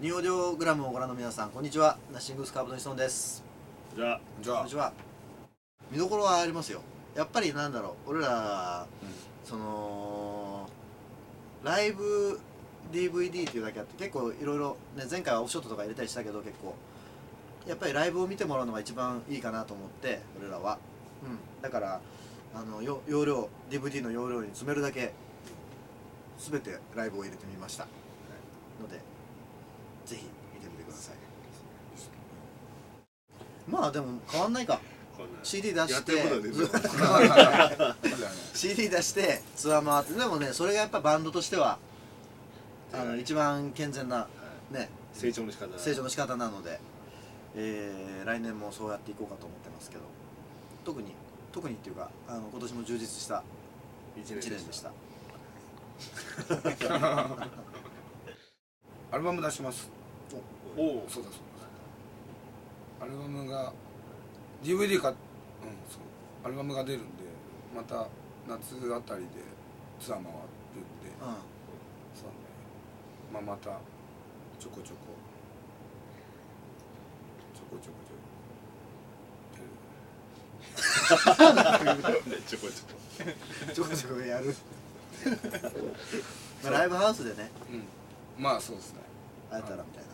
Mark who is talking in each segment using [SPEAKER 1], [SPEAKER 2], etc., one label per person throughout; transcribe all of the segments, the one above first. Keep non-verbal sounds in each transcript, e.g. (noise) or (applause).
[SPEAKER 1] ニューオーディオグラムをご覧の皆さんこんにちはナッシングスカーブのシソンです
[SPEAKER 2] じゃあ
[SPEAKER 3] じ
[SPEAKER 1] こ
[SPEAKER 3] ゃ
[SPEAKER 1] ん
[SPEAKER 3] あ
[SPEAKER 1] にちは見どころはありますよやっぱりなんだろう俺ら、そのライブ DVD っていうだけあって結構いろいろね前回はオフショットとか入れたりしたけど結構やっぱりライブを見てもらうのが一番いいかなと思って俺らは、うん、だからあのよ容量 DVD の容量に詰めるだけ全てライブを入れてみました、のでぜひ見てみてくださいまあでも変わんないか
[SPEAKER 2] こんな
[SPEAKER 1] CD 出して
[SPEAKER 2] やってることは
[SPEAKER 1] (laughs)
[SPEAKER 2] 全然
[SPEAKER 3] そうだよね
[SPEAKER 1] CD 出してツアー回ってでもねそれがやっぱバンドとしてはあの
[SPEAKER 2] はい
[SPEAKER 1] 一番健全なね
[SPEAKER 2] 成長の仕方
[SPEAKER 1] 成長の仕方なので、えー来年もそうやっていこうかと思ってますけど特に特にっていうかあの今年も充実した
[SPEAKER 2] 一
[SPEAKER 1] 1年
[SPEAKER 2] 年
[SPEAKER 1] で
[SPEAKER 2] で
[SPEAKER 1] し
[SPEAKER 2] したた
[SPEAKER 3] アルバム出します
[SPEAKER 2] おお
[SPEAKER 3] そうだそうだアルバムが DVD かうんそうアルバムが出るんでまた夏あたりでツアー回ってんで
[SPEAKER 1] うん
[SPEAKER 3] そうねまあまたちょこちょこちょこちょこちょこ
[SPEAKER 2] ちょこちょこ
[SPEAKER 1] ちょこちょこや
[SPEAKER 2] (laughs)
[SPEAKER 1] るまあライブハウスでね
[SPEAKER 3] うんまあそうですね
[SPEAKER 1] 会えたらみたいな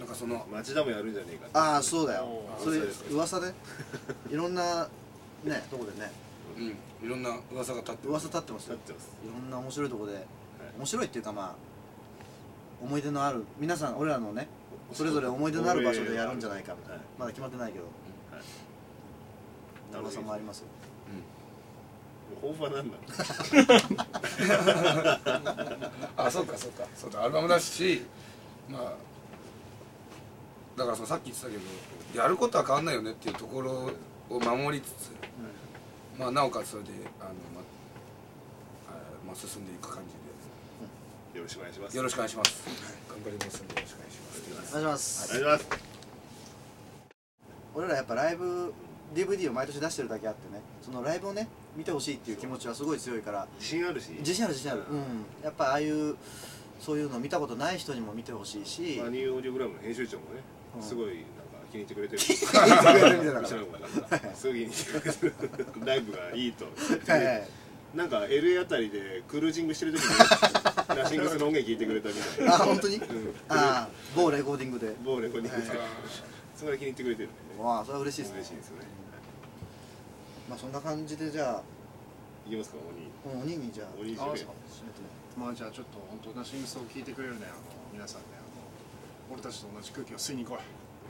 [SPEAKER 3] なんかその
[SPEAKER 2] 町田もやるんじゃねえか
[SPEAKER 1] ああそうだよ
[SPEAKER 2] おー
[SPEAKER 1] そういう
[SPEAKER 2] そうです
[SPEAKER 1] 噂ねいろんなねとこでね
[SPEAKER 3] うんいろんな噂が立ってる
[SPEAKER 1] 噂立ってます
[SPEAKER 2] な
[SPEAKER 1] よ
[SPEAKER 2] ってます
[SPEAKER 1] いろんな面白いとこで面白いっていうかまあ思い出のある皆さん俺らのねそれぞれ思い出のある場所でやるんじゃないかみたいな
[SPEAKER 2] は
[SPEAKER 1] まだ決まってないけど
[SPEAKER 2] はい
[SPEAKER 1] 長尾さんもありますよ
[SPEAKER 2] 抱負は何なの
[SPEAKER 3] あそうかそうかそうだアルバムだしまあだからそのさっき言ってたけどやることは変わんないよねっていうところを守りつつ、まあ、なおかつそれであの、まああまあ、進んでいく感じ
[SPEAKER 2] よろしくお願いします
[SPEAKER 3] でよろしくお願いします頑張りますんでよろしくお願いしま
[SPEAKER 1] お願い
[SPEAKER 3] す
[SPEAKER 1] しま
[SPEAKER 2] お願い
[SPEAKER 1] す
[SPEAKER 2] します
[SPEAKER 1] 俺らやっぱライブ DVD を毎年出してるだけあってねそのライブをね見てほしいっていう気持ちはすごい強いから
[SPEAKER 2] 自信あるし
[SPEAKER 1] 自信ある自信あるうんやっぱああいうそういうの見たことない人にも見てほしいし
[SPEAKER 2] まあニューオーディオグラムの編集長もね
[SPEAKER 1] うん
[SPEAKER 2] すごいなんか気に入ってくれてる
[SPEAKER 1] 聞いてくれてるみたいだ
[SPEAKER 2] う
[SPEAKER 1] か
[SPEAKER 2] ち
[SPEAKER 1] ら
[SPEAKER 2] の子がすぐにライブがいいと
[SPEAKER 1] はいはい
[SPEAKER 2] なんか LA あたりでクルージングしてる時にラシングスの音源聞いてくれたみたい
[SPEAKER 1] あ
[SPEAKER 2] な
[SPEAKER 1] 本当に
[SPEAKER 2] うん
[SPEAKER 1] ああ某レコーディングで
[SPEAKER 2] 某レコーディングで
[SPEAKER 1] はい
[SPEAKER 2] それが気に入ってくれてるんでね
[SPEAKER 1] わあそれは嬉しい
[SPEAKER 2] 嬉
[SPEAKER 1] ですね
[SPEAKER 2] しいですよね
[SPEAKER 1] まあそんな感じでじゃあ
[SPEAKER 2] いきますか鬼
[SPEAKER 1] うん鬼にじゃあ
[SPEAKER 2] 鬼締め
[SPEAKER 4] あそう
[SPEAKER 1] 締めても
[SPEAKER 4] まあじゃあちょっと本当ナッシングスを聞いてくれるねあの皆さんねあの俺たちと同じ空気を吸いに来い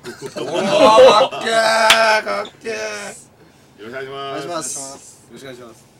[SPEAKER 3] おーかっけーかっけー
[SPEAKER 2] よ
[SPEAKER 3] よ
[SPEAKER 2] ろしくお願いし
[SPEAKER 1] お願いし
[SPEAKER 2] ます
[SPEAKER 1] ます
[SPEAKER 3] ろ
[SPEAKER 4] お願いします
[SPEAKER 3] しくお願いします